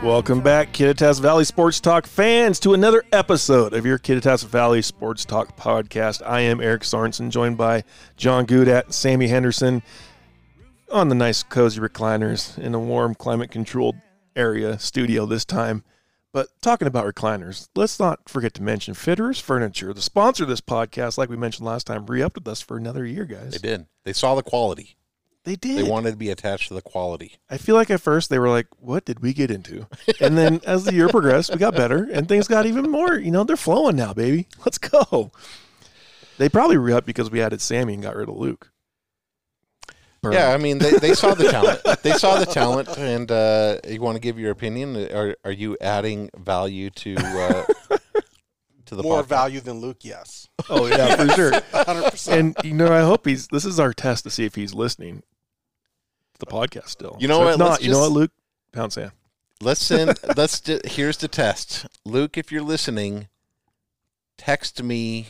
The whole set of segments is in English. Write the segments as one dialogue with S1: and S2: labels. S1: Welcome back, Kittitas Valley Sports Talk fans, to another episode of your Kittitas Valley Sports Talk podcast. I am Eric Sorensen, joined by John Goodat, Sammy Henderson, on the nice cozy recliners in a warm climate-controlled area studio this time. But talking about recliners, let's not forget to mention Fitterers Furniture, the sponsor of this podcast. Like we mentioned last time, re-upped with us for another year, guys.
S2: They did. They saw the quality.
S1: They did.
S2: They wanted to be attached to the quality.
S1: I feel like at first they were like, "What did we get into?" And then as the year progressed, we got better, and things got even more. You know, they're flowing now, baby. Let's go. They probably re up because we added Sammy and got rid of Luke. Burn.
S2: Yeah, I mean, they, they saw the talent. They saw the talent, and uh, you want to give your opinion? Are are you adding value to uh, to the
S3: More
S2: podcast?
S3: value than Luke, yes.
S1: Oh yeah, for sure.
S3: 100%.
S1: And you know, I hope he's. This is our test to see if he's listening to the podcast still.
S2: You know
S1: So if
S2: what?
S1: Not.
S2: Let's
S1: you know
S2: just-
S1: what, Luke? Pound sand.
S2: Let's send. let's. Do, here's the test, Luke. If you're listening, text me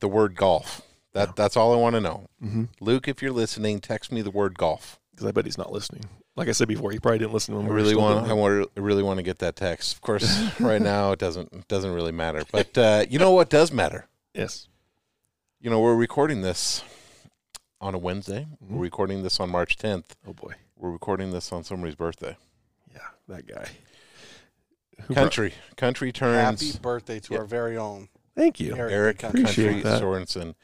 S2: the word golf. That that's all I want to know.
S1: Mhm.
S2: Luke, if you're listening, text me the word golf.
S1: Because I bet he's not listening. Like I said before, he probably didn't listen when
S2: I
S1: we were
S2: really
S1: still
S2: want. I
S1: doing it.
S2: want. I really want to get that text. Of course, right now it doesn't it doesn't really matter. But uh, you know what does matter?
S1: Yes.
S2: You know we're recording this on a Wednesday.
S1: Mm-hmm.
S2: We're recording this on March 10th.
S1: Oh boy.
S2: We're recording this on somebody's birthday.
S1: Yeah, that guy. Who brought-
S2: Country, country
S3: Happy
S2: turns.
S3: birthday to
S2: Yeah.
S3: our very own
S1: Thank you.
S3: Eric.
S2: Eric
S3: Country.
S2: Country
S1: Appreciate that.
S2: Sorensen.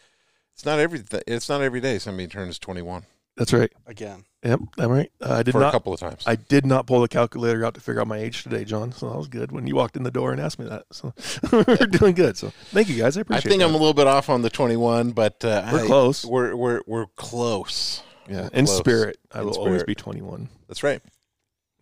S2: It's not every. th- It's not every day somebody turns 21
S1: That's right.
S3: Again.
S1: Yep, I'm right. Uh, I did
S2: for a
S1: not.
S2: couple of times.
S1: I did not pull the calculator out to figure out my age today, John. So that was good when you walked in the door and asked me that. So we're doing good. So thank you guys. I
S2: I
S1: appreciate.
S2: think
S1: that.
S2: I'm a little bit off on the 21, but uh,
S1: We're
S2: I-
S1: close.
S2: We're we're we're close.
S1: yeah,
S2: we're
S1: in
S2: close.
S1: spirit. I
S2: In
S1: will always
S2: spirit.
S1: be 21
S2: That's right.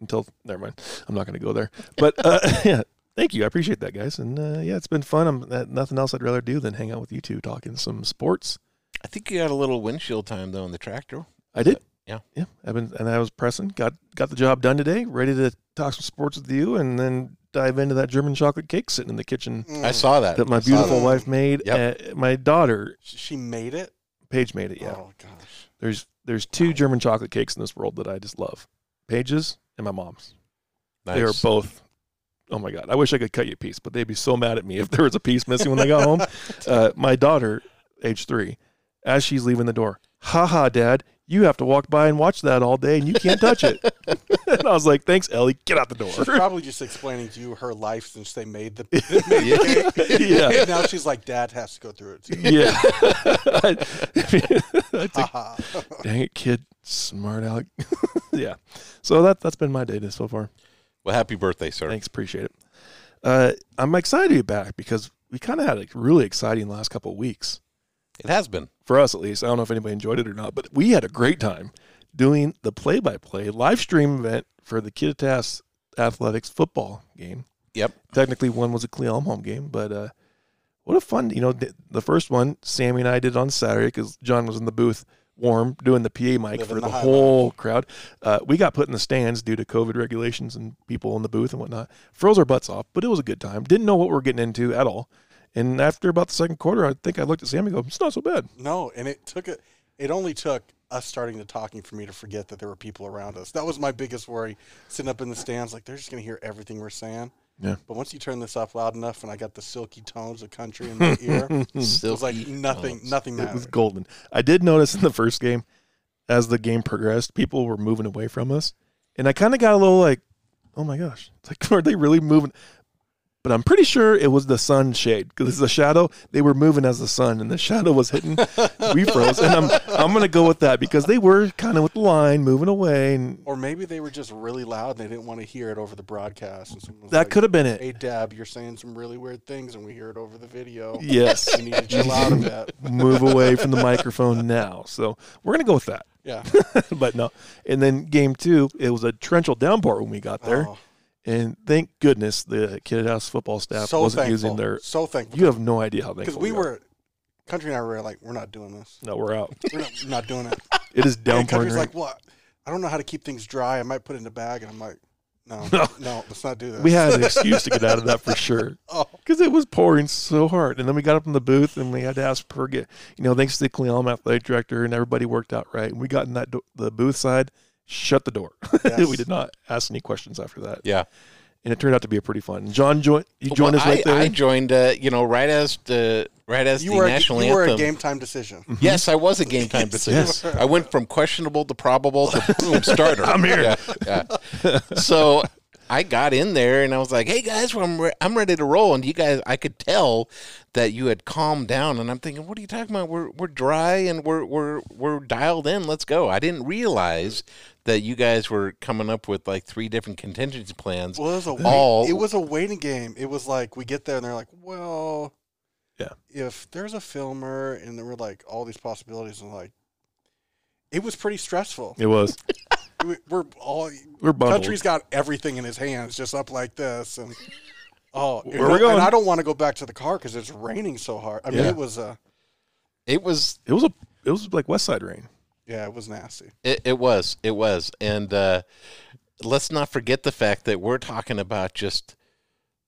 S1: until. Never mind. I'm not going to go there. But uh, yeah, thank you. I appreciate that, guys. And uh, yeah, it's been fun. I'm uh, nothing else I'd rather do than hang out with you two talking some sports.
S2: I think you got a little windshield time though in the tractor.
S1: I did.
S2: Yeah.
S1: Yeah. I've been and I was pressing. Got got the job done today. Ready to talk some sports with you, and then dive into that German chocolate cake sitting in the kitchen.
S3: Mm.
S2: I saw that.
S1: that my
S2: I saw
S1: beautiful
S3: that.
S1: wife made.
S2: Yep.
S1: Uh, my daughter
S3: Sh- She made it?
S1: Paige made it. Yeah.
S3: Oh, gosh.
S1: There's there's two German chocolate cakes in this world that I just love. Paige's and my mom's.
S2: that.
S1: They are
S2: Nice.
S1: both. Oh my god! I wish I could cut you a piece, but they'd be so mad at me if there was a piece missing when I got home. Uh, my daughter, age three, as she's leaving the door, ha ha, dad, you have to walk by and watch that all day, and you can't touch it. and I was like, thanks, Ellie, get out the
S3: She's
S1: door.
S3: probably just explaining to you her life since they made the, made the cake.
S1: yeah,
S3: And now she's like, Dad has to go through it too.
S1: yeah. I, I took
S3: Ha ha.
S1: dang it, kid, smart aleck. yeah. So that that's been my day to- so far.
S2: Well, happy birthday, sir.
S1: Thanks, appreciate it. Uh, I'm excited to be back because we kind of had a really exciting last couple of weeks
S2: It has been.
S1: for us, at least. I don't know if anybody enjoyed it or not, but we had a great time doing the play-by-play live stream event for the Kittitas Athletics football game.
S2: Yep.
S1: Technically, one was a Cleelum home game, but uh, what a fun! You know, th- the first one Sammy and I did on Saturday because John was in the booth, warm, doing the PA mic
S3: Living
S1: for
S3: the
S1: the
S3: high
S1: whole crowd. Uh, we got put in the stands due to COVID regulations and people in the booth and whatnot. Froze our butts off, but it was a good time. Didn't know what we are getting into at all. And after about the second quarter, I think I looked at Sammy and go, "It's not so bad."
S3: no, and it took it. It only took us starting the talking for me to forget that there were people around us. That was my biggest worry, sitting up in the stands, like they're just going to hear everything we're saying.
S1: Yeah.
S3: But once you turn this up loud enough, and I got the silky tones of country in my ear,
S1: Hmm.
S3: it was like
S2: Silky
S3: nothing,
S2: tones.
S3: nothing
S1: It was
S3: mattered.
S1: golden. I did notice in the first game, as the game progressed, people were moving away from us, and I kind of got a little like, "Oh my gosh!" It's like, are they really moving? But I'm pretty sure it was the sun shade because it's a shadow. They were moving as the sun, and the shadow was hitting. we froze, and I'm I'm gonna go with that because they were kind of with the line moving away, and
S3: Or maybe they were just really loud and they didn't want to hear it over the broadcast. And someone was
S1: that
S3: like,
S1: could have been it.
S3: Hey, Dab, you're saying some really weird things, and we hear it over the video.
S1: Yes,
S3: You need to chill out a bit.
S1: move away from the microphone now. So we're gonna go with that.
S3: Yeah.
S1: but no, and then game two, it was a torrential downpour when we got there.
S3: Oh,
S1: And thank goodness the Kid House football staff
S3: so
S1: wasn't
S3: thankful.
S1: using their.
S3: so thankful.
S1: You have no idea how
S3: Because
S1: thankful
S3: we
S1: are.
S3: were, Country and I were like, we're not doing this.
S1: No, we're out.
S3: We're not, we're not doing it.
S1: It is
S3: And
S1: downpouring.
S3: Country's
S1: Right?
S3: like, what? I don't know how to keep things dry. I might put it in a bag. And I'm like, No,
S1: No.
S3: no, let's not do that.
S1: We had an excuse to get out of that for sure.
S3: Oh.
S1: Because it was pouring so hard. And then we got up in the booth and we had to ask per get, you know, thanks to the Cleom athletic director and everybody worked out right. And we got in that do- the booth side, shut the door. we
S3: Yes.
S1: did not ask any questions after that.
S2: Yeah.
S1: And it turned out to be a pretty fun. John joined, you joined
S2: Well,
S1: us right
S2: I,
S1: there.
S2: I joined, uh, you know, right as the right as
S3: you
S2: the
S3: were
S2: national
S3: a, you
S2: anthem.
S3: were a game time decision.
S2: Yes, I was a game time decision.
S1: Mm-hmm. Yes.
S2: I went from questionable to probable to boom starter. I'm
S1: here.
S2: Yeah, yeah. So I got in there and I was like, "Hey guys, I'm re- I'm ready to roll." And you guys, I could tell that you had calmed down. And I'm thinking, "What are you talking about? We're we're dry and we're we're we're dialed in. Let's go." I didn't realize that you guys were coming up with like three different contingency plans.
S3: Well, it was a wait,
S2: All-
S3: it was a waiting game. It was like we get there and they're like, well,
S1: Yeah.
S3: If there's a filmer and there were like all these possibilities and like, it was pretty stressful.
S1: it was.
S3: We- We're all
S1: We're bundled.
S3: country's got everything in his hands, just up like this and. Oh,
S1: Where
S3: and
S1: we going?
S3: And I don't want to go back to the car because it's raining so hard. I mean,
S1: Yeah.
S3: it was uh,
S2: It was
S1: It was a it was like West Side rain.
S3: yeah, it was nasty.
S2: It, it was. It was. And uh, let's not forget the fact that we're talking about just,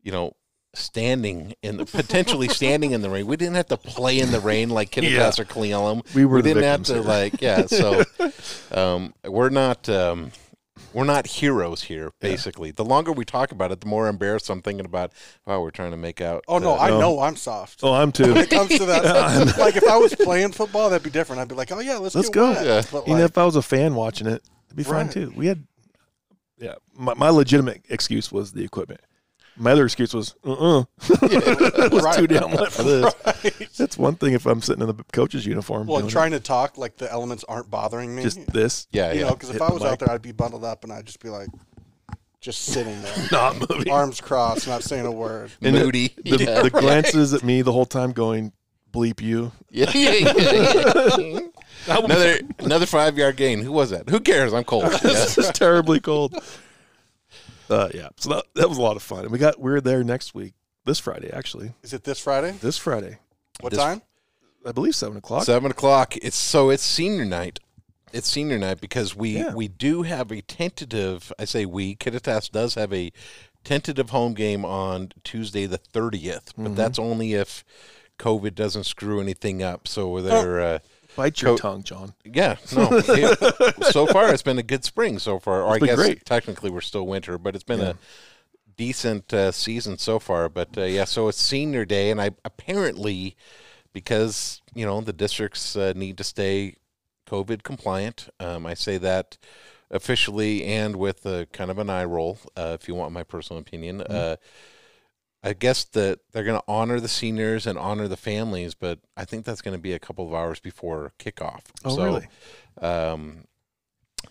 S2: you know, standing in the potentially standing in the rain. We didn't have to play in the rain like Kittitas or Cleelum.
S1: We were the
S2: didn't have
S1: victims here.
S2: to like yeah. So um, we're not um, we're not heroes here. Basically, the longer we talk about it, the more embarrassed I'm thinking about. Wow, we're trying to make out.
S3: Oh no,
S2: uh,
S3: I
S1: No.
S3: know I'm soft.
S1: Oh, I'm too.
S3: When it comes to that, like if I was playing football, that'd be different. I'd be like, oh yeah, let's,
S1: Let's
S3: get
S1: go.
S3: wet.
S2: Yeah.
S3: But,
S1: Even
S3: like,
S1: if I was a fan watching it, it'd be fine
S3: Right.
S1: too. We had, yeah. My, my legitimate excuse was the equipment. My other excuse was, uh, uh it was
S3: Right.
S1: too damn wet for this. That's one thing if I'm sitting in the coach's uniform.
S3: well,
S1: doing it.
S3: trying to talk like the elements aren't bothering me.
S1: just this,
S2: yeah,
S3: you
S2: yeah.
S3: know, because
S1: hit
S3: if I
S1: the
S3: was
S1: mic.
S3: out there, I'd be bundled up and I'd just be like, just sitting there,
S1: not moving.
S3: arms crossed, not saying a word.
S1: And the-
S2: Moody.
S1: The,
S2: yeah.
S1: the glances at me the whole time going, bleep you.
S2: Yeah, yeah, yeah, yeah. another another five yard gain. Who was that? Who cares? I'm cold. Yeah.
S1: this is terribly cold. Uh, yeah. So that, that was a lot of fun. And we got, we are there next week, this Friday, actually.
S3: Is it this Friday?
S1: This Friday,
S3: What
S2: This-
S3: time?
S1: I believe seven o'clock.
S2: Seven o'clock. It's so it's senior night. It's senior night because we
S1: Yeah.
S2: we do have a tentative. I say we. Kittitas does have a tentative home game on Tuesday the 30th but that's only if COVID doesn't screw anything up. So they're. Uh,
S1: Bite your
S2: Co-
S1: tongue, John.
S2: Yeah, no. it- so far, it's been a good spring so far. Or I
S1: been
S2: guess
S1: great.
S2: technically we're still winter, but it's been a decent uh, season so far. But uh, yeah, so it's senior day, and I apparently because you know the districts uh, need to stay COVID compliant. Um, I say that officially and with a, kind of an eye roll, uh, if you want my personal opinion.
S1: Mm-hmm.
S2: Uh, I guess that they're going to honor the seniors and honor the families, but I think that's going to be a couple of hours before kickoff.
S1: Oh,
S2: so,
S1: really?
S2: Um,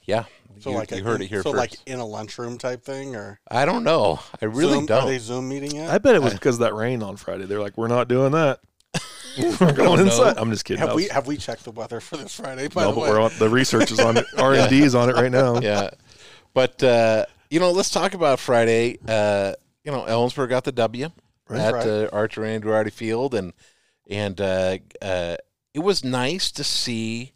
S2: yeah,
S3: So
S2: you,
S3: like
S2: you
S3: a-
S2: heard it here
S3: So
S2: first.
S3: like in a lunchroom type thing, or
S2: I don't know. I really
S3: Zoom,
S2: don't.
S3: Are they Zoom meeting yet?
S1: I bet it was because of that rain on Friday. They're like, we're not doing that. we're
S2: don't
S1: going
S2: know.
S1: inside. I'm just kidding.
S3: have
S1: That
S3: we
S1: was-
S3: have we checked the weather for this Friday? By
S1: no,
S3: the
S1: but
S3: way,
S1: we're on, the research is on it. R and D is on it right now.
S2: yeah. But uh, you know, let's talk about Friday. Uh, you know, Ellensburg got the W at
S3: right.
S2: uh, Archer Andrew Field, and and uh, uh, it was nice to see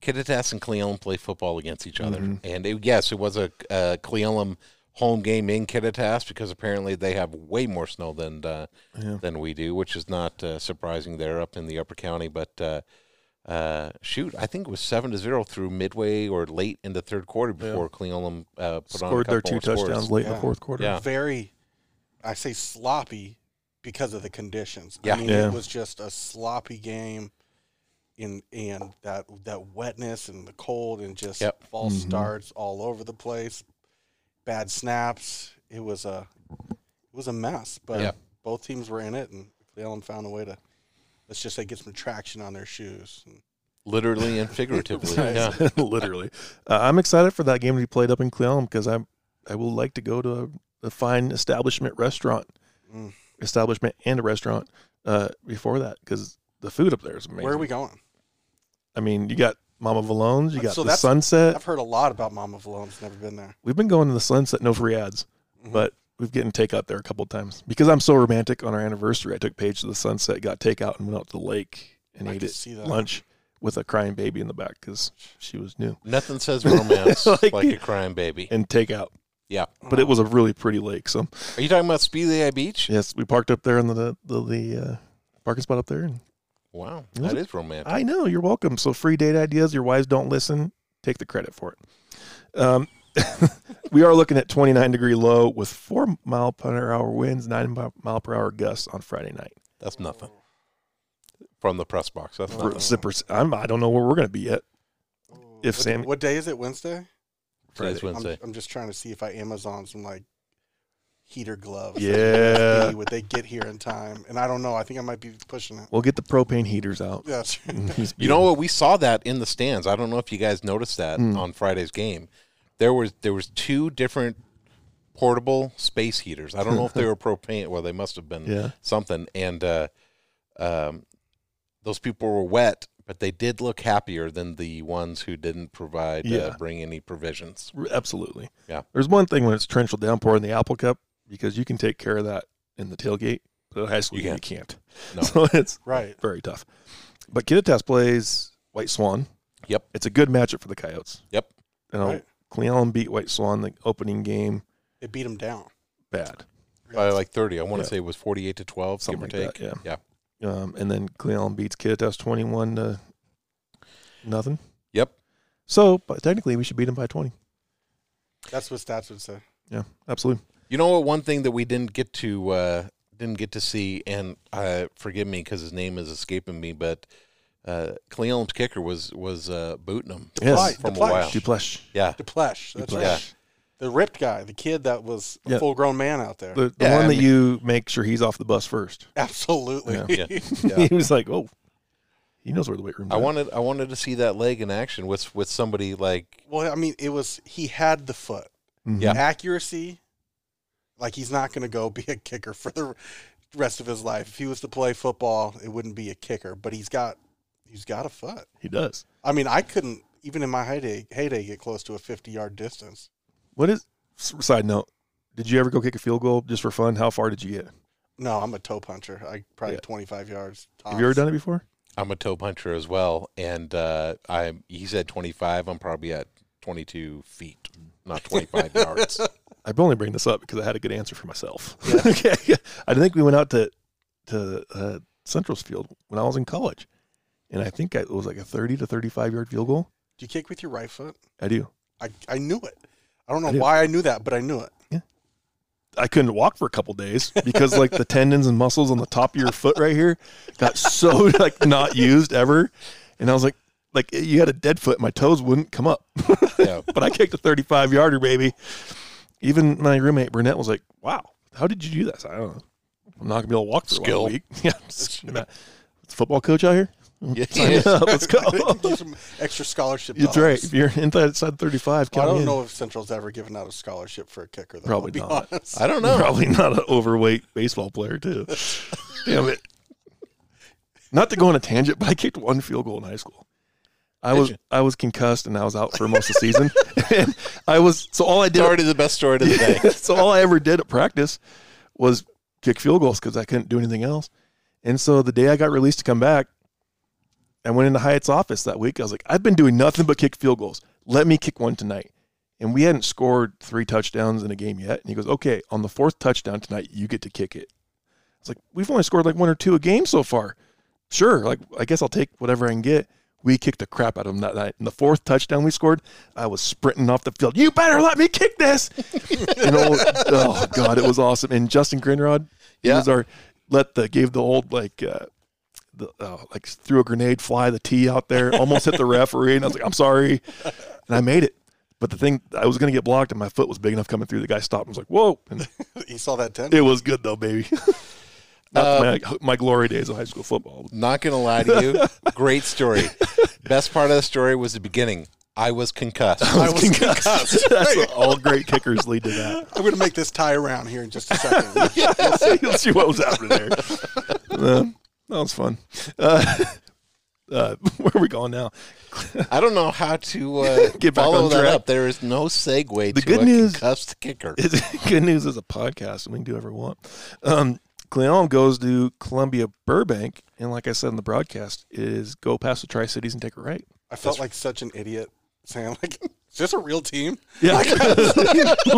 S2: Kittitas and Cleelum play football against each other.
S3: Mm-hmm.
S2: And it, yes, it was a uh, Cleelum home game in Kittitas because apparently they have way more snow than uh, than we do, which is not uh, surprising. They're up in the upper county, but. Uh, uh, shoot, I think it was seven to zero through midway or late in the third quarter before Cleolum uh, put on a
S1: Scored
S2: couple
S1: their two
S2: more scores.
S1: touchdowns late in the
S3: Yeah.
S1: fourth quarter.
S2: Yeah.
S3: very, I say sloppy because of the conditions.
S2: Yeah.
S3: I mean,
S1: Yeah.
S3: it was just a sloppy game. In and that that wetness and the cold and just
S2: Yep.
S3: false
S1: Mhm.
S3: starts all over the place, bad snaps. It was a it was a mess, but
S2: Yep.
S3: both teams were in it, and Cleveland found a way to let's just say get some traction on their shoes.
S2: literally and figuratively.
S3: Right.
S2: Yeah,
S1: Literally. Uh, I'm excited for that game to be played up in Cleon because I I will like to go to a, a fine establishment restaurant,
S3: Mm.
S1: establishment and a restaurant uh, before that because the food up there is amazing.
S3: Where are we going?
S1: I mean, you got Mama Valone's, you got
S3: So
S1: the
S3: that's-
S1: Sunset.
S3: I've heard a lot about Mama Valone's. Never been there.
S1: we've been going to the sunset, no free ads,
S3: Mhm.
S1: but we've gotten takeout there a couple of times because I'm so romantic. On our anniversary, I took Paige to the sunset, got takeout, and went out to the lake and
S3: I
S1: ate
S3: could
S1: it
S3: see that.
S1: lunch with a crying baby in the back because she was new
S2: nothing says romance
S1: Like-
S2: like, a crying baby.
S1: and takeout.
S2: Yeah.
S1: but it was a really pretty lake. So
S2: Are you talking about Speedy Eye Beach?
S1: yes, we parked up there in the the, the uh, parking spot up there. And
S2: Wow,
S1: It was
S2: that
S1: a-
S2: is romantic.
S1: I know you're welcome. So free date ideas. Your wives don't listen. Take the credit for it. Um, we are looking at 29 degree low with four mile per hour winds, nine mi- mile per hour gusts on Friday night.
S2: That's nothing from the press box. That's
S1: For
S2: nothing.
S1: zippers, I'm, I don't know where we're going to be yet. If
S3: what,
S1: Sam-
S3: what day is it? Wednesday.
S2: Today's
S1: Friday.
S2: Wednesday.
S3: I'm, I'm just trying to see if I Amazon some like heater gloves.
S1: Yeah,
S3: Would they get here in time? And I don't know. I think I might be pushing it.
S1: we'll mm-hmm. get the propane heaters out.
S3: Yeah.
S2: You know what? We saw that in the stands. I don't know if you guys noticed that
S1: Mm.
S2: on Friday's game. There was there was two different portable space heaters. I don't know if they were propane. Well, they must have been
S1: Yeah.
S2: something. And uh, um, those people were wet, but they did look happier than the ones who didn't provide
S1: Yeah.
S2: uh, bring any provisions.
S1: R- Absolutely.
S2: Yeah.
S1: There's one thing when it's torrential downpour in the Apple Cup because you can take care of that in the tailgate, but at high school
S2: You
S1: you, you can't.
S2: No.
S1: So it's
S3: Right.
S1: very tough. But Kittitas plays White Swan.
S2: Yep.
S1: It's a good matchup for the Coyotes.
S2: Yep.
S1: You know,
S3: Right.
S1: Cleon beat White Swan the opening game
S3: They beat them down.
S1: bad,
S2: By like thirty, I want to
S1: Yeah.
S2: say it was forty-eight to twelve,
S1: something
S2: give or
S1: like
S2: take.
S1: that. Yeah. Yeah. Um, and then Cleon beats Kittitas 21 to nothing.
S2: Yep.
S1: So but technically, we should beat them by 20.
S3: That's what stats would say.
S1: Yeah, absolutely.
S2: You know what? One thing that we didn't get to uh, didn't get to see, and uh, forgive me because his name is escaping me, but uh, Cleon's kicker was was uh, Bootenham.
S1: Yes.
S2: From a
S3: Duplass.
S2: while.
S1: Duplash.
S2: Yeah,
S3: Deplesh. That's
S1: Deplesh.
S3: right. The ripped guy, the kid that was a
S1: Yeah.
S3: full grown man out there.
S1: The, the
S2: Yeah,
S1: one
S2: I
S1: that
S2: mean-
S1: you make sure he's off the bus first.
S3: Absolutely.
S2: Yeah.
S1: he was like, "Oh, he knows where the weight room."
S2: I
S1: is."
S2: wanted I wanted to see that leg in action with with somebody like
S3: Well, I mean, it was he had the foot.
S1: Mhm.
S2: Yeah.
S3: Accuracy. Like he's not going to go be a kicker for the rest of his life. If he was to play football, it wouldn't be a kicker, but he's got he's got a foot.
S1: he does.
S3: I mean, I couldn't even in my heyday heyday get close to a 50-yard distance.
S1: What is? s- Side note: Did you ever go kick a field goal just for fun? How far did you get?
S3: No, I'm a toe puncher. I probably
S1: Yeah.
S3: 25 yards.
S1: Have you ever done it before?
S2: I'm a toe puncher as well, and uh, I he said 25. I'm probably at 22 feet, not 25 yards.
S1: I only bring this up because I had a good answer for myself. okay, I think we went out to to uh, Central's Field when I was in college, and I think it was like a thirty to thirty-five yard field goal.
S3: Do you kick with your right foot?
S1: I do.
S3: I, I knew it. I don't know
S1: I do.
S3: why I knew that, but I knew it.
S1: I couldn't walk for a couple days because like the tendons and muscles on the top of your foot right here got so like not used ever, and I was like, like you had a dead foot, my toes wouldn't come up,
S2: Yeah.
S1: but I kicked a 35 yarder, baby. Even my roommate Burnett was like, "Wow, how did you do this?" I don't know. I'm not gonna be able to walk for
S2: Skill.
S1: a week. Yeah, it's football coach out here. Sign me up. Let's
S3: Get
S1: go.
S3: some extra scholarship.
S1: It's
S3: dollars.
S1: right. If you're inside 35,
S3: Well, I
S1: count me
S3: don't
S1: in.
S3: know if Central's ever given out a scholarship for a kicker, though.
S1: Probably
S3: I'll be
S1: not.
S3: honest.
S2: I don't know.
S1: Probably not an overweight baseball player, too. Damn it. Not to go on a tangent, but I kicked one field goal in high school. I
S2: Did
S1: was
S2: you?
S1: I was concussed and I was out for most of the season. and I was so all I
S2: It's
S1: did
S2: already the best story of the day.
S1: so all I ever did at practice was kick field goals because I couldn't do anything else. And so the day I got released to come back, I went into Hyatt's office that week. I was like, I've been doing nothing but kick field goals. Let me kick one tonight. And we hadn't scored three touchdowns in a game yet. And he goes, Okay, on the fourth touchdown tonight, you get to kick it. It's like, we've only scored like one or two a game so far. Sure, like I guess I'll take whatever I can get. We kicked the crap out of him that night. And the fourth touchdown we scored, I was sprinting off the field. You better let me kick this. and old, oh god, it was awesome. And Justin Grinrod, he
S2: Yeah.
S1: was our let the gave the old like uh, the oh, like threw a grenade, fly the tee out there, almost hit the referee, and I was like, I'm sorry, and I made it. But the thing, I was gonna get blocked, and my foot was big enough coming through. The guy stopped and was like, "Whoa!" And
S3: You saw that 10?
S1: it was good though, baby. Not my, my glory days of high school football.
S2: Not gonna lie to you, great story. Best part of the story was the beginning. I was concussed.
S1: I was concussed. That's what all great kickers lead to that.
S3: I'm going to make this tie around here in just a second.
S1: You'll see what was happening there. Uh, that was fun. Uh, uh, where are we going now?
S2: I don't know how to uh,
S1: Get back
S2: follow
S1: on
S2: that
S1: track.
S2: up. There is no segue
S1: The
S2: to
S1: good
S2: a
S1: news-
S2: concussed kicker.
S1: It's, good news is a podcast, and we can do whatever we want. Um, Cleon goes to Columbia Burbank, and like I said in the broadcast, is go past the Tri Cities and take a right.
S3: I felt like such an idiot saying, like, Is this a real team?
S1: Yeah. Who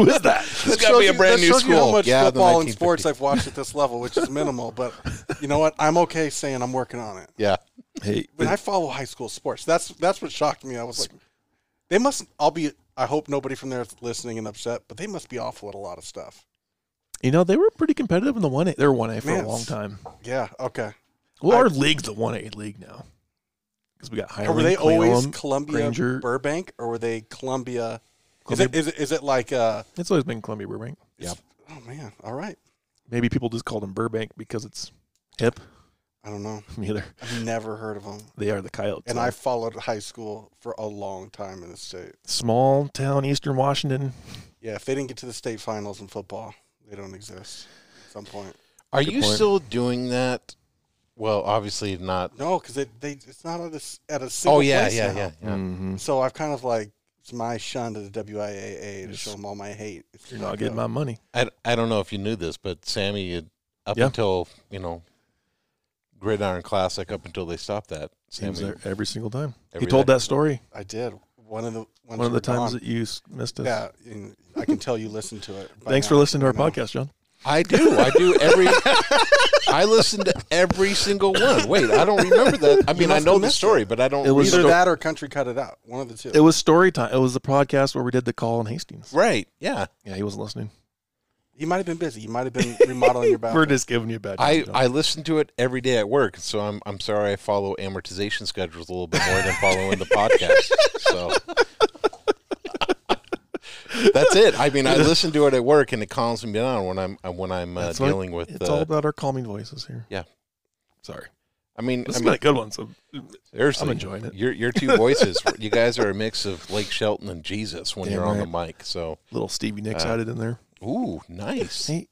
S1: is that?
S2: It's got to be a brand new
S3: You how
S2: school.
S3: much
S2: Yeah, the
S3: football and
S2: 1950s.
S3: sports I've watched at this level, which is minimal. But you know what? I'm okay saying I'm working on it.
S2: Yeah.
S1: Hey,
S3: When I follow high school sports, that's that's what shocked me. I was like, they must. I'll be. I hope nobody from there is listening and upset, but they must be awful at a lot of stuff.
S1: you know they were pretty competitive in the one A. They were one A for
S3: Man,
S1: a long time.
S3: Yeah. Okay.
S1: Well,
S3: I- Oh,
S1: our league's the one A league now because we got higher.
S3: were they always
S1: Columbia?
S3: Columbia
S1: Granger.
S3: Burbank, or were they Columbia? Is it, is it is it like uh?
S1: It's always been Columbia Burbank.
S3: it's- Oh man. All right.
S1: Maybe people just called them Burbank because it's hip.
S3: I don't know.
S1: Either
S3: I've never heard of them.
S1: they are the Coyotes.
S3: And
S1: though.
S3: I followed high school for a long time in the state.
S1: small town Eastern Washington.
S3: Yeah, if they didn't get to the state finals in football, they don't exist at some point.
S2: Are
S1: Good
S2: you
S1: point.
S2: still doing that? Well, obviously not.
S3: No, because it they it's not at a, s- at a single
S2: Oh yeah,
S3: place
S2: yeah,
S3: now.
S2: yeah, yeah.
S1: Mhm.
S3: So I've kind of like it's my shun to the WIAA to show them all my hate. It's
S1: You're not getting my money.
S2: I, I don't know if you knew this, but Sammy, it- up
S1: Yeah.
S2: until you know, Gridiron Classic, up until they stopped that,
S1: He was
S2: Sammy.
S1: there every single time.
S2: Every
S1: he told
S2: day.
S1: that story
S3: I did one of the ones
S1: one of
S3: you
S1: the
S3: were
S1: times
S3: gone.
S1: that you s- missed us.
S3: yeah, and I can tell you listened to it. by
S1: Thanks
S3: now.
S1: for listening to our
S3: I know.
S1: podcast, John.
S2: I do, I do every. I listen to every single one. Wait, I don't remember that. I mean, I
S3: must
S2: know
S3: have
S2: the
S3: missed
S2: story, but I don't.
S1: It was
S2: remember-
S3: Either that or country cut it out. One of the two.
S1: It was story time. It was the podcast where we did the call on Hastings.
S2: right. Yeah,
S1: Yeah, he wasn't listening.
S3: you might have been busy. You might have been remodeling your bathroom.
S1: We're just giving you a bad.
S2: I,
S1: time, John.
S2: I uh, listen to it every day at work, so I'm I'm sorry I follow amortization schedules a little bit more than following the podcast. So that's it. I mean, I listen to it at work, and it calms me down when I'm when I'm uh,
S1: That's what-
S2: dealing with.
S1: It's
S2: uh,
S1: all about our calming voices here.
S2: Yeah.
S1: Sorry,
S2: I mean,
S1: this
S2: I
S1: has
S2: mean,
S1: been a good one. So
S2: seriously,
S1: I'm enjoying it.
S2: Your your two voices, you guys are a mix of Blake Shelton and Jesus when
S1: Damn
S2: you're on the mic. So,
S1: little Stevie Nicks
S2: Uh,
S1: added in there.
S2: ooh, nice.
S1: Hey,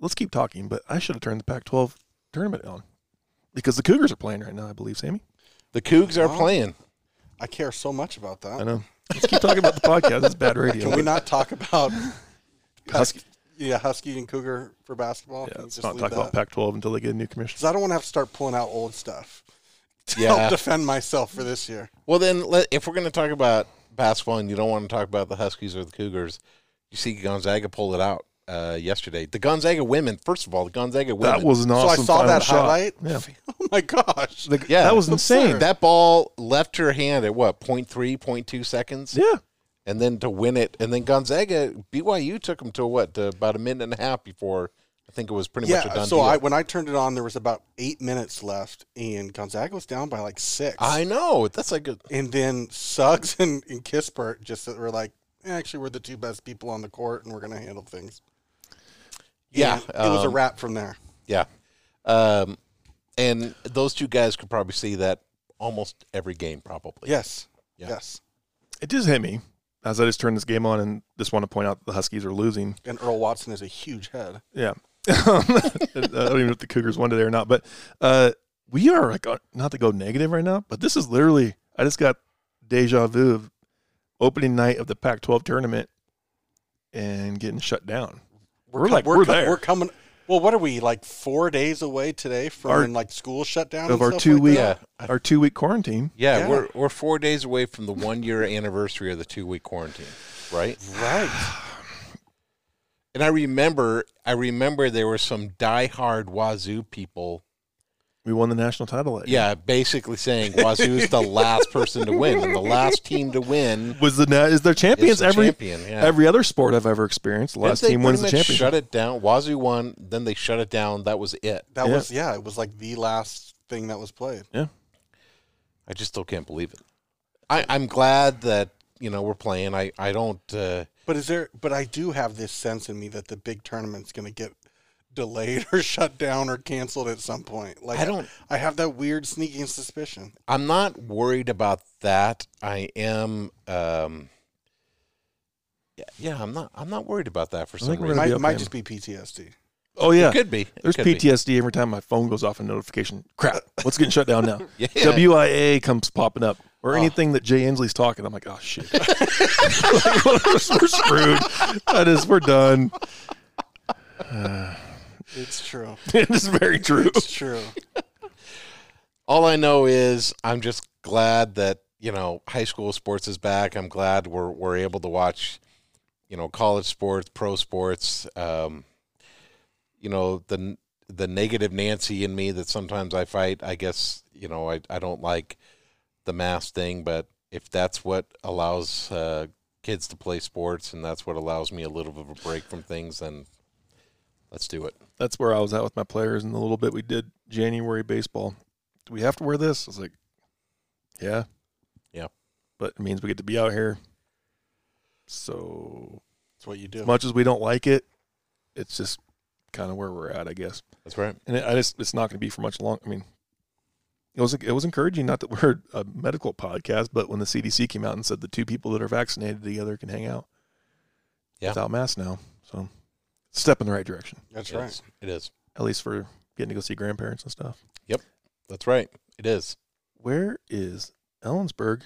S1: let's keep talking. But I should have turned the Pac-12 tournament on because the Cougars are playing right now. I believe, Sammy.
S2: The Cougs are
S3: Wow.
S2: playing.
S3: I care so much about that.
S1: I know. Let's keep talking about the podcast. It's bad radio.
S3: Can we not talk about
S1: Husky-
S3: Husky? Yeah, Husky and Cougar for basketball.
S1: yeah,
S3: Can we
S1: let's
S3: just
S1: not
S3: leave
S1: talk
S3: that?
S1: about Pac-12 until they get a new commissioner.
S3: 'Cause I don't want to have to start pulling out old stuff to
S2: Yeah.
S3: help defend myself for this year.
S2: Well, then, let, if we're going to talk about basketball and you don't want to talk about the Huskies or the Cougars, you see Gonzaga pull it out uh, yesterday. The Gonzaga women, first of all, the Gonzaga women.
S1: That was an
S3: so I
S1: awesome.
S3: saw
S1: final
S3: that
S1: shot.
S3: highlight.
S1: Yeah.
S3: Oh my gosh!
S2: yeah,
S1: that was insane.
S2: that ball left her hand at what 0.3, 0.2 seconds,
S1: Yeah,
S2: and then to win it, and then Gonzaga BYU took them to what to about a minute and a half before I think it was pretty much a
S3: yeah.
S2: done
S3: So
S2: deal.
S3: I when I turned it on, there was about eight minutes left, and Gonzaga was down by like six.
S2: I know that's like a
S3: and then Suggs and, and Kispert just were like, actually, we're the two best people on the court, and we're going to handle things.
S2: Yeah,
S3: And it was a
S2: um,
S3: wrap from there.
S2: Yeah. Um, and those two guys could probably see that almost every game, probably.
S3: Yes.
S2: Yeah.
S3: Yes.
S1: it just hit me as I just turned this game on and just want to point out the Huskies are losing.
S3: And Earl Watson is a huge head.
S1: Yeah. I don't even know if the Cougars won today or not, but uh, we are like uh, not to go negative right now, but this is literally I just got deja vu of opening night of the Pac-12 tournament and getting shut down. We're like, we're there.
S3: We're coming. Well, what are we like four days away today from
S1: Our-
S3: when, like school shutdown
S1: of
S3: and
S1: our
S3: stuff
S1: two
S3: like
S1: week,
S3: that?
S1: our two week quarantine.
S2: Yeah,
S3: Yeah.
S2: We're, we're four days away from the one year anniversary of the two week quarantine, right?
S3: Right.
S2: And I remember, I remember there were some diehard Wazoo people.
S1: We won the national title. That year.
S2: Yeah, basically saying Wazoo is the last person to win and the last team to win
S1: was the na- is there
S2: is
S1: champions
S2: the
S1: every
S2: champion. Yeah.
S1: every other sport I've ever experienced. The
S2: Didn't
S1: last
S2: they
S1: team wins the
S2: pretty much
S1: championship.
S2: Shut it down. Wazoo won. Then they shut it down. That was it.
S3: That
S1: Yeah.
S3: was yeah. It was like the last thing that was played.
S2: I just still can't believe it. I, I'm glad that you know we're playing. I I don't. Uh,
S3: But is there? But I do have this sense in me that the big tournament's going to get delayed or shut down or canceled at some point. Like
S2: I don't.
S3: I have that weird sneaking suspicion.
S2: I'm not worried about that. I am. Um, yeah, yeah, I'm not. I'm not worried about that for some
S1: think we're
S2: reason.
S1: gonna
S3: Might,
S1: be okay.
S3: might just be PTSD.
S1: Oh yeah,
S2: Could be. It
S1: there's
S2: could be.
S1: PTSD every time my phone goes off a notification. Crap, what's getting shut down now?
S2: Yeah.
S1: WIA comes popping up or
S2: Oh.
S1: anything that Jay Inslee's talking. I'm like, oh shit, Like, we're, we're screwed. That is, we're done.
S3: It's true.
S1: it is very true.
S3: It's true.
S2: All I know is I'm just glad that you know, high school sports is back. I'm glad we're we're able to watch, you know, college sports, pro sports. Um, you know, the the negative Nancy in me that sometimes I fight. I guess you know I I don't like the mass thing, but if that's what allows uh, kids to play sports and that's what allows me a little bit of a break from things, then let's do it.
S1: That's where I was at with my players, and the little bit we did January baseball. Do we have to wear this? I was like, yeah,
S2: Yeah.
S1: but it means we get to be out here. So
S3: That's what you do.
S1: as much as we don't like it, it's just kind of where we're at, I guess.
S2: That's right.
S1: And it, I just it's not going to be for much long. I mean, it was it was encouraging. Not that we're a medical podcast, but when the CDC came out and said the two people that are vaccinated together can hang out
S2: Yeah.
S1: without masks now, so step in the right direction
S3: That's
S2: It
S3: right.
S2: is. It is.
S1: at least for getting to go see grandparents and stuff.
S2: That's right. It is.
S1: Where is Ellensburg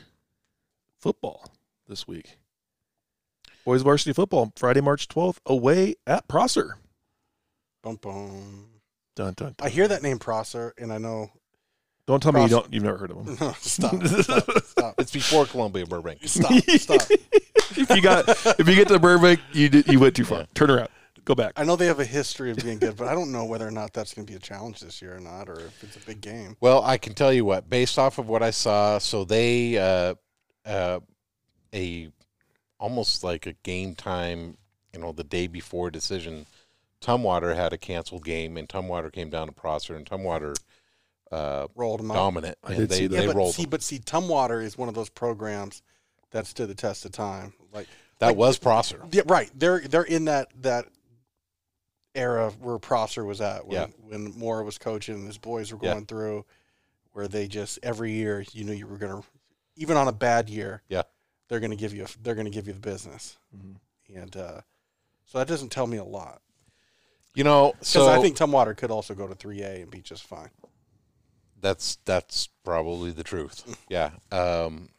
S1: football this week? Boys varsity football Friday, March twelfth, away at Prosser.
S3: Bum, bum.
S1: Dun, dun, dun.
S3: I hear that name Prosser, and I know.
S1: Don't tell me you
S3: Prosser.
S1: don't. You've never heard of them.
S3: No, stop, stop, stop,
S2: It's before Columbia Burbank.
S3: stop, stop.
S1: if you got if you get to Burbank, you did, you went too far.
S2: Yeah.
S1: Turn around. Go back.
S3: I know they have a history of being good, but I don't know whether or not that's going to be a challenge this year or not, or if it's a big game.
S2: Well, I can tell you what, based off of what I saw, so they uh, uh, a almost like a game time, you know, the day before decision. Tumwater had a canceled game, and Tumwater came down to Prosser, and Tumwater uh,
S3: Rolled them out.
S2: dominant,
S1: I
S2: and
S1: did see
S2: they
S1: that.
S2: they
S3: yeah, but
S2: rolled.
S3: see,
S2: them.
S3: but see, Tumwater is one of those programs that stood the test of time. Like,
S2: that was Prosser.
S3: yeah, right. They're they're in that that era where Prosser was at when
S2: Yeah.
S3: when Moore was coaching and his boys were
S2: Yeah.
S3: going through, where they just every year you knew you were going to, even on a bad year,
S2: Yeah.
S3: they're going to give you a, they're going to give you the business,
S1: Mhm.
S2: Mm-hmm.
S3: and uh, so that doesn't tell me a lot
S2: You know,
S3: because
S2: so
S3: I think Tumwater could also go to three A and be just fine.
S2: That's that's probably the truth. Yeah. Um,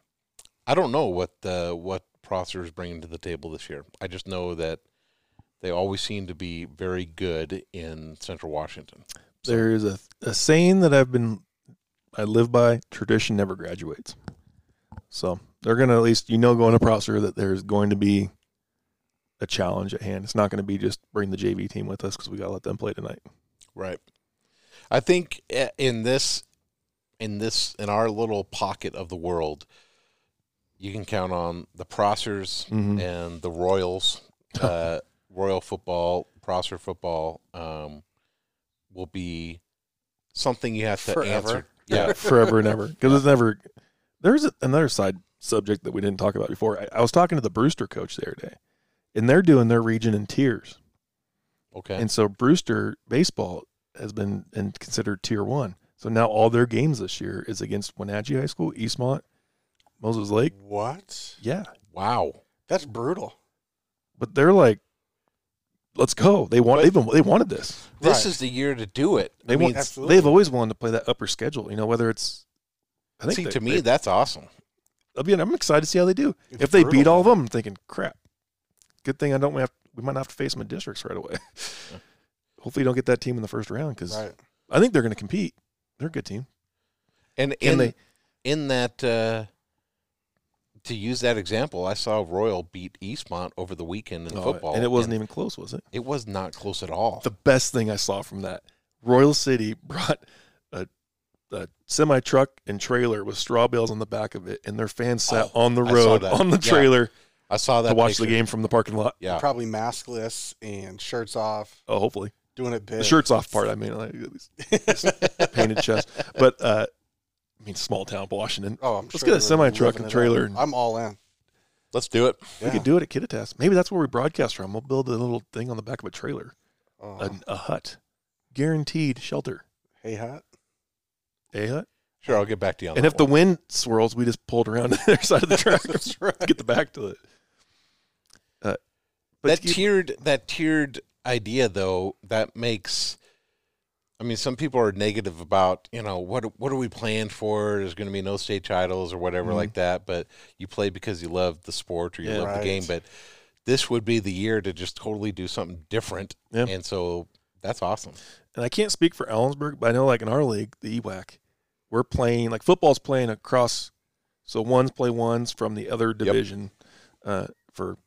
S2: I don't know what the what Prosser is bringing to the table this year. I just know that they always seem to be very good in Central Washington.
S1: There is a, a saying that I've been I live by. Tradition never graduates. So they're gonna at least you know going to Prosser that there's going to be a challenge at hand. It's not going to be just bring the JV team with us because we got to let them play tonight.
S2: Right. I think i- in this in this in our little pocket of the world, you can count on the Prossers
S1: Mhm.
S2: and the Royals, uh, Royal football, Prosser football, um, will be something you have to
S3: Forever.
S2: answer. Yeah,
S1: forever and ever because it's never. There's a, another side subject that we didn't talk about before. I, I was talking to the Brewster coach the other day, and they're doing their region in tiers.
S2: okay.
S1: And so Brewster baseball has been and considered tier one. So now all their games this year is against Wenatchee High School, Eastmont, Moses Lake.
S3: What?
S1: Yeah.
S2: Wow.
S3: That's brutal.
S1: But they're like, let's go. They want they've been, they wanted this.
S2: This
S3: Right.
S2: is the year to do it.
S1: They
S2: I
S1: want
S2: mean,
S3: that's- Absolutely.
S1: they've always wanted to play that upper schedule, you know, whether it's I think
S2: see,
S1: they-
S2: to me,
S1: they-
S2: that's awesome.
S1: I mean, I'm excited to see how they do.
S3: It's
S1: if they beat
S3: brutal.
S1: all of them, I'm thinking, crap. Good thing I don't have we might not have to face them in districts right away. Hopefully, you don't get that team in the first round because
S3: Right.
S1: I think they're going to compete. They're a good team.
S2: And
S1: Can
S2: in
S1: they-
S2: in that uh, to use that example, I saw Royal beat Eastmont over the weekend in
S1: Oh,
S2: football,
S1: and it wasn't even close, was it?
S2: it was not close at all.
S1: the best thing I saw from that. Royal City brought a, a semi truck and trailer with straw bales on the back of it, and their fans sat
S2: Oh,
S1: on the
S2: I saw
S1: road
S2: that.
S1: on the
S2: Yeah,
S1: trailer
S2: I saw that
S1: to watch the
S2: picture.
S1: game from the parking lot.
S2: Yeah,
S3: Probably maskless and shirts off,
S1: Oh, hopefully
S3: doing it big.
S1: the shirts off part. I mean, like, at least painted chest, but uh, I mean, small town Washington.
S3: Oh, I'm
S1: Let's
S3: sure
S1: get a
S3: they were
S1: semi-truck
S3: living
S1: and
S3: it up.
S1: trailer and-
S3: I'm all in.
S2: let's do it.
S1: We could do it at Kittitas. Maybe that's where we broadcast from. We'll build a little thing on the back of a trailer,
S3: Oh,
S1: a, a hut, guaranteed shelter,
S3: hey, hot.
S1: a hut.
S2: Sure, I'll get back to you on
S1: And
S2: that
S1: if the
S2: one.
S1: wind swirls, we just pulled around to the other side of the track. Get the back to it. Uh, but
S2: that
S1: you-
S2: tiered that tiered idea though that makes i mean some people are negative about you know what what are we playing for there's going to be no state titles or whatever like that but you play because you love the sport or you
S1: Yeah.
S2: love the game but this would be the year to just totally do something different
S1: Yeah.
S2: and so that's awesome
S1: and I can't speak for E Ellensburg, but I know like in our league, the EWAC, we're playing like football's playing across So ones play ones from the other division uh, for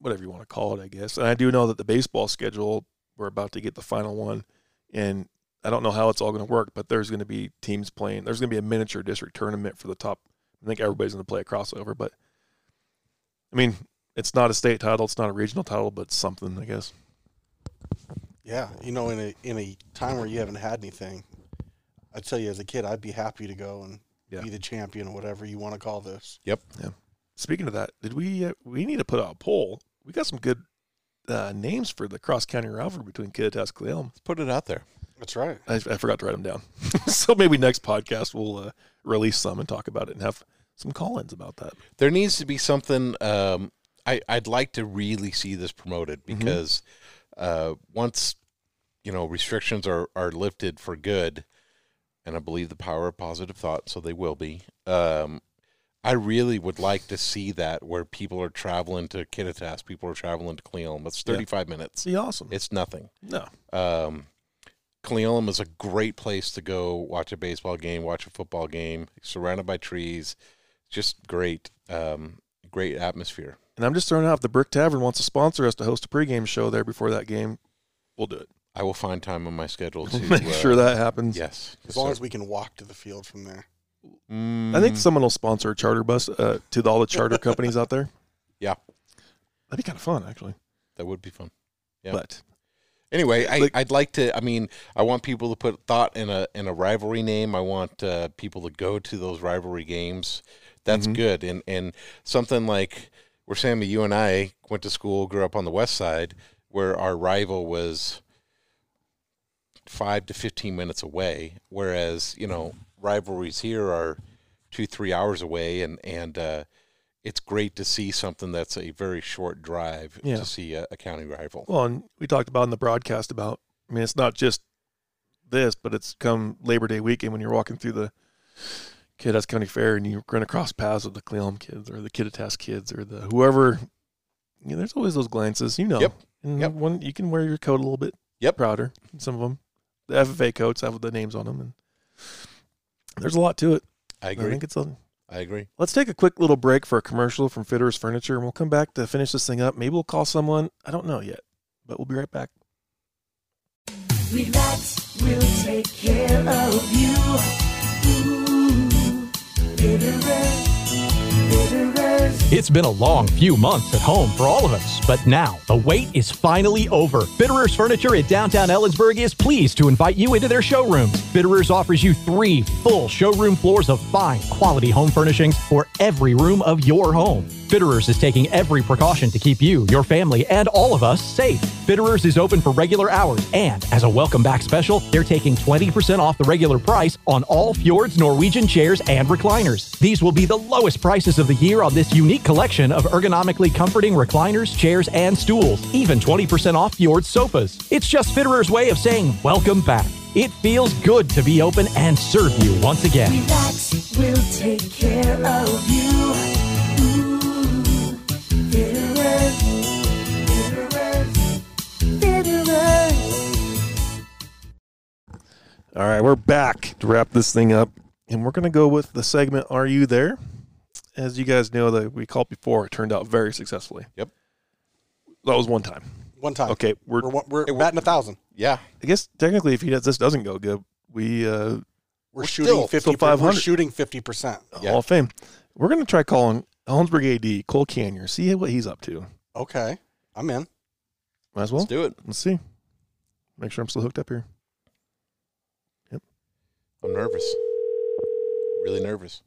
S1: whatever you want to call it, I guess. And I do know that the baseball schedule, we're about to get the final one. And I don't know how it's all going to work, but there's going to be teams playing. There's going to be a miniature district tournament for the top. I think everybody's going to play a crossover, but I mean, it's not a state title, it's not a regional title, but something, I guess.
S3: Yeah, you know, in a in a time where you haven't had anything, I tell you, as a kid, I'd be happy to go and
S1: Yeah.
S3: be the champion, or whatever you want to call this.
S1: Speaking of that, did we uh, we need to put out a poll? We got some good uh, names for the cross county rivalry between Kittitas and Clayelm.
S2: Let's put it out there.
S3: That's right.
S1: I, I forgot to write them down. so maybe next podcast we'll uh, release some and talk about it and have some call-ins about that.
S2: There needs to be something. Um, I I'd like to really see this promoted because uh, once you know restrictions are are lifted for good, and I believe the power of positive thought, so they will be. Um, I really would like to see that where people are traveling to Kittitas, people are traveling to Cleom. It's
S1: Yeah. Mm-hmm.
S2: 35 minutes.
S1: See, awesome.
S2: It's nothing.
S1: no,
S2: Um, Cleolum is a great place to go watch a baseball game, watch a football game, surrounded by trees. Just great, um, great atmosphere.
S1: and I'm just throwing out if the Brick Tavern wants to sponsor us to host a pregame show there before that game. We'll do it.
S2: I will find time on my schedule to
S1: We'll make
S2: uh,
S1: sure that happens.
S2: Yes, Mm,
S3: As long as we can walk to the field from there.
S1: I think someone will sponsor a charter bus uh, to the, all the charter companies out there.
S2: Yeah.
S1: that'd be kind of fun actually.
S2: that would be fun. Yeah.
S1: But
S2: Anyway, I,
S1: Like-
S2: I'd like to. I mean, I want people to put thought in a in a rivalry name. I want uh, people to go to those rivalry games. That's
S1: Mhm.
S2: good. And and something like where Sammy, you and I went to school, grew up on the west side, where our rival was five to fifteen minutes away, whereas you know rivalries here are two three hours away, and and uh, it's great to see something that's a very short drive
S1: Yeah.
S2: to see a, a county rival.
S1: Well, and we talked about in the broadcast about, I mean, it's not just this, but it's come Labor Day weekend when you're walking through the Kittitas County Fair and you're going to cross paths with the Cleom kids or the Kittitas kids or the whoever. You know, there's always those glances, you know.
S2: Yep.
S1: And
S2: Yep.
S1: one you can wear your coat a little bit
S2: Yep.
S1: prouder. Some of them, the FFA coats have the names on them, and there's a lot to it.
S2: I
S1: I
S2: agree.
S1: think it's a
S2: I agree.
S1: Let's take a quick little break for a commercial from Fitter's Furniture, and we'll come back to finish this thing up. Maybe we'll call someone. I don't know yet, but we'll be right back.
S4: Relax, we'll take care of you. Ooh, Bitterers, bitterers.
S5: It's been a long few months at home for all of us, but now the wait is finally over. Bitterer's Furniture in downtown Ellensburg is pleased to invite you into their showrooms. Bitterer's offers you three full showroom floors of fine quality home furnishings for every room of your home. Bitterer's is taking every precaution to keep you, your family, and all of us safe. Bitterer's is open for regular hours, and as a welcome back special, they're taking 20% off the regular price on all Fjords Norwegian chairs and recliners. These will be the lowest prices of the year on this unique collection of ergonomically comforting recliners, chairs, and stools, even 20% off Fjord sofas. It's just Fitterer's way of saying welcome back. It feels good to be open and serve you once again.
S4: Relax, we'll take care of you. Ooh, bitterers, bitterers, bitterers.
S1: All right, we're back to wrap this thing up, and we're going to go with the segment "Are You There?" As you guys know, that we called before, it turned out very successfully.
S2: Yep.
S1: that was one time.
S3: One time.
S1: Okay, we're
S3: We're, one- we're batting a thousand.
S2: Yeah.
S1: I guess technically, if he does, this doesn't go good, we uh,
S3: We're,
S2: We're
S3: shooting
S2: still-
S1: still
S3: fifty. Per, we're
S1: 500.
S3: shooting fifty percent.
S2: Yeah.
S1: Hall of Fame. We're going to try calling Helmsburg AD Cole Canyer, see what he's up to.
S3: Okay, I'm in.
S1: Might as well.
S2: Let's do it.
S1: Let's see. Make sure I'm still hooked up here.
S2: I'm nervous. Really nervous.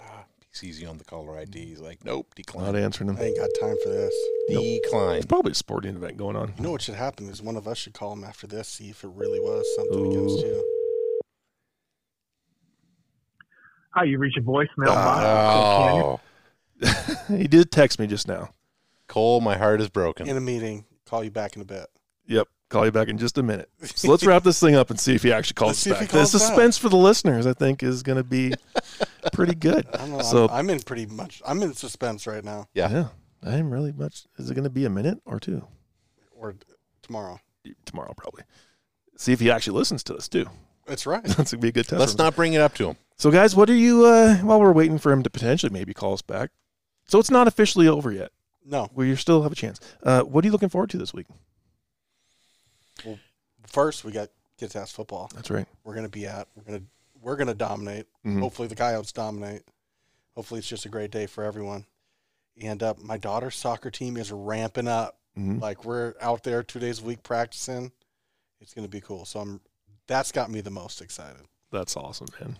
S2: Ah, he sees you on the caller ID. He's like, nope,
S1: Not
S2: decline.
S1: answering him.
S3: I ain't got time for this.
S1: Nope.
S2: Decline.
S1: It's probably a sporting event going on.
S3: You know what should happen is one of us should call him after this, see if it really was something against
S1: Ooh.
S3: you.
S6: Hi, you reach a voicemail box.
S2: Oh,
S1: he did text me just now.
S2: Cole, my heart is broken.
S3: In a meeting, call you back in a bit.
S1: Yep. Call you back in just a minute. So let's wrap this thing up and see if he actually calls
S3: Let's see
S1: us
S3: if he
S1: back.
S3: calls
S1: the
S3: back.
S1: suspense for the listeners, I think, is going to be pretty good.
S3: I don't know.
S1: So-
S3: I'm, I'm in pretty much. I'm in suspense right now.
S1: Yeah. I'm really much. Is it going to be a minute or two
S3: or tomorrow.
S1: tomorrow? Probably. See if he actually listens to this too.
S3: That's right.
S1: That's gonna be a good test.
S2: Let's not bring it up to him.
S1: So, guys, what are you? Uh, while we're waiting for him to potentially maybe call us back, so it's not officially over yet.
S3: No,
S1: We still have a chance. Uh, what are you looking forward to this week?
S3: first we got kids ass football.
S1: That's right.
S3: We're gonna be at. We're gonna we're gonna dominate.
S1: Mhm.
S3: Hopefully the coyotes dominate. Hopefully it's just a great day for everyone. And uh, my daughter's soccer team is ramping up.
S1: Mhm.
S3: Like we're out there two days a week practicing. It's gonna be cool. So I'm. That's got me the most excited.
S1: That's awesome, man.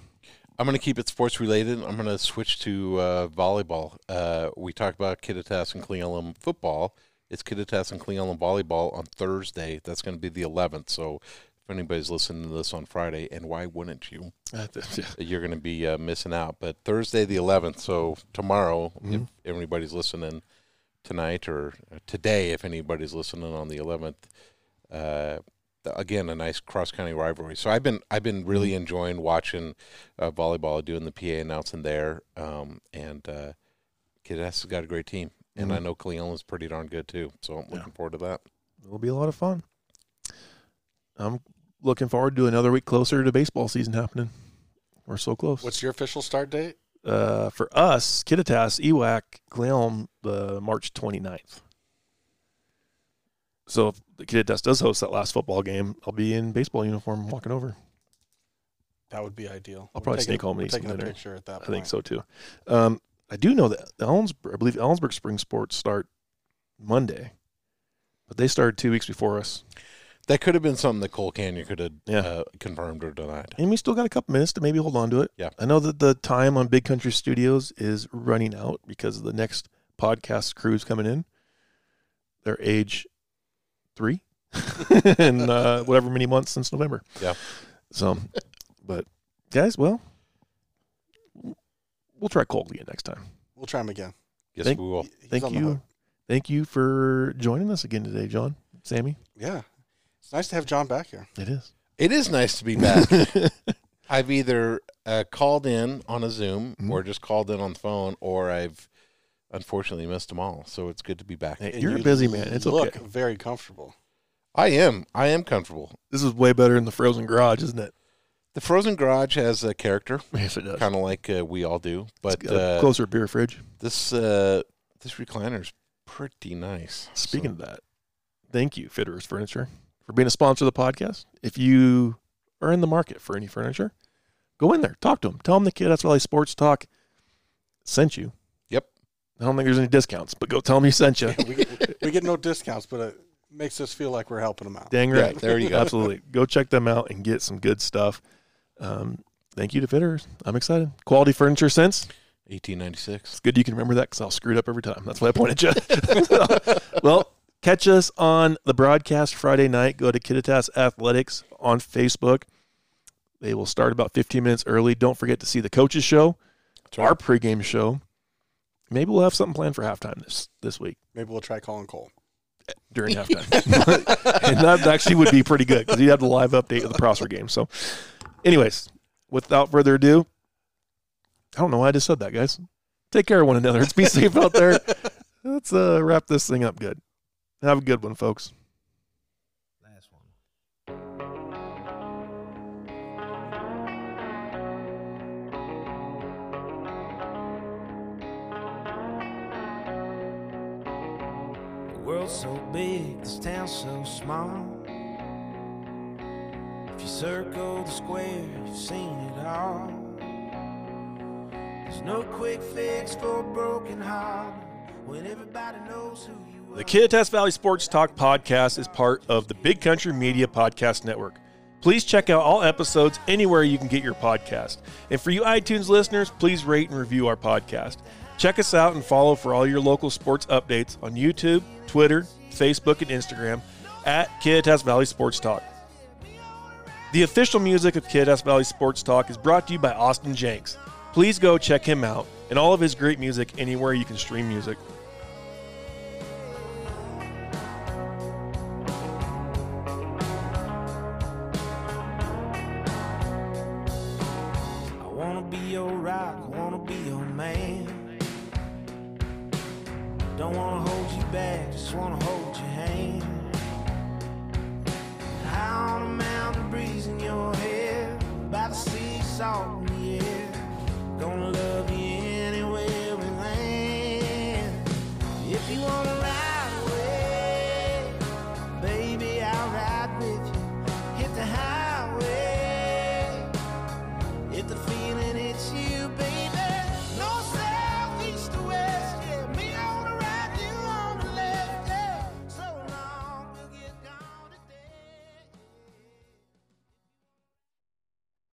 S2: I'm going to keep it sports related. I'm going to switch to uh, volleyball. Uh, we talked about Kittitas and Cleolum football. It's Kittitas and Cleolum volleyball on Thursday. That's going to be the 11th. So if anybody's listening to this on Friday, and why wouldn't you?
S1: I th- yeah.
S2: You're going to be uh, missing out. But Thursday the 11th, so tomorrow,
S1: Mm-hmm.
S2: if everybody's listening tonight or uh, today, if anybody's listening on the 11th, uh, th- again a nice cross county rivalry. So I've been I've been really
S1: Mm-hmm.
S2: enjoying watching uh, volleyball, doing the PA announcing there, um, and uh, Kidess has got a great team, and I
S1: Mm-hmm.
S2: know Cleolan's pretty darn good too. So I'm looking forward to that.
S1: It'll be a lot of fun. I'm looking forward to another week closer to baseball season happening. We're so close.
S3: What's your official start date?
S1: uh, for us, Kittitas, E Ewac, Gleom, the March 29th. So if the Kittitas does host that last football game, I'll be in baseball uniform walking over.
S3: That would be ideal.
S1: I'll probably
S3: taking
S1: sneak
S3: a,
S1: home and
S3: we're
S1: eat some
S3: taking a
S1: dinner.
S3: picture at that
S1: I
S3: point.
S1: think so too. Um, I do know that Ellensburg, I believe Ellensburg spring sports start Monday, but they started two weeks before us.
S2: That could have been something that Cole Canyon could have
S1: Yeah.
S2: uh, confirmed or denied.
S1: And we still got a couple minutes to maybe hold on to it.
S2: Yeah.
S1: I know that the time on Big Country Studios is running out because of the next podcast crew's coming in. They're age three and uh, whatever many months since November.
S2: Yeah.
S1: So, but guys, well, we'll try cold again next time.
S3: We'll try him again.
S2: Yes,
S1: Thank-
S2: we will.
S3: He- he's
S1: Thank
S3: on the hook.
S1: you. Thank you for joining us again today, John, Sammy.
S3: Yeah. It's nice to have John back here.
S1: It is.
S2: It is nice to be back. I've either uh, called in on a Zoom
S1: Mm-hmm.
S2: or just called in on the phone, or I've unfortunately missed them all. So it's good to be back.
S1: Hey,
S3: And
S1: you're a
S3: you
S1: busy man. It's
S3: look
S1: okay.
S3: very comfortable.
S2: I am. I am comfortable.
S1: This is way better than the frozen garage, isn't it?
S2: The Frozen Garage has a character,
S1: Yes, it does.
S2: kind of like uh, we all do. But
S1: Got a
S2: uh,
S1: closer beer fridge.
S2: this uh, this recliner is pretty nice.
S1: Speaking of that, thank you, Fitterers Furniture, for being a sponsor of the podcast. If you are in the market for any furniture, go in there, talk to them, tell them the Kid That's Valley Sports Talk sent you.
S2: Yep.
S1: I don't think there's any discounts, but go tell them you sent you.
S3: We, we get no discounts, but it makes us feel like we're helping him out.
S1: Dang right.
S2: there you go.
S1: Absolutely. Go check them out and get some good stuff. Um, thank you to Fitterers. I'm excited. Quality furniture sense.
S2: 1896.
S1: It's good you can remember that because I'll screw it up every time. That's why I pointed at you. well, catch us on the broadcast Friday night. Go to Kittitas Athletics on Facebook. They will start about 15 minutes early. Don't forget to see the coaches show, our pregame show. Maybe we'll have something planned for halftime this this week
S3: Maybe we'll try calling Cole.
S1: during halftime. and that actually would be pretty good because you have the live update of the Prosser game. So, anyways, without further ado, I don't know why I just said that, guys. Take care of one another. Let's be safe out there. Let's uh, wrap this thing up good. Have a good one, folks.
S7: Last one. The world's so big, this town's so small. If you circle the square, you've seen it all. There's no quick fix for a broken heart when everybody knows who you are.
S1: The Kittitas Valley Sports Talk podcast is part of the Big Country Media Podcast Network. Please check out all episodes anywhere you can get your podcast. And for you iTunes listeners, please rate and review our podcast. Check us out and follow for all your local sports updates on YouTube, Twitter, Facebook, and Instagram at Kittitas Valley Sports Talk. The official music of Kittitas Valley Sports Talk is brought to you by Austin Jenks. Please go check him out and all of his great music anywhere you can stream music.
S7: I wanna be your rock, I wanna be your man. Don't wanna hold you back, just wanna hold your hand. High on a mountain breeze in your hair, by the sea salt in the air. Gonna love you anywhere we land. If you wanna ride away, baby, I'll ride with you.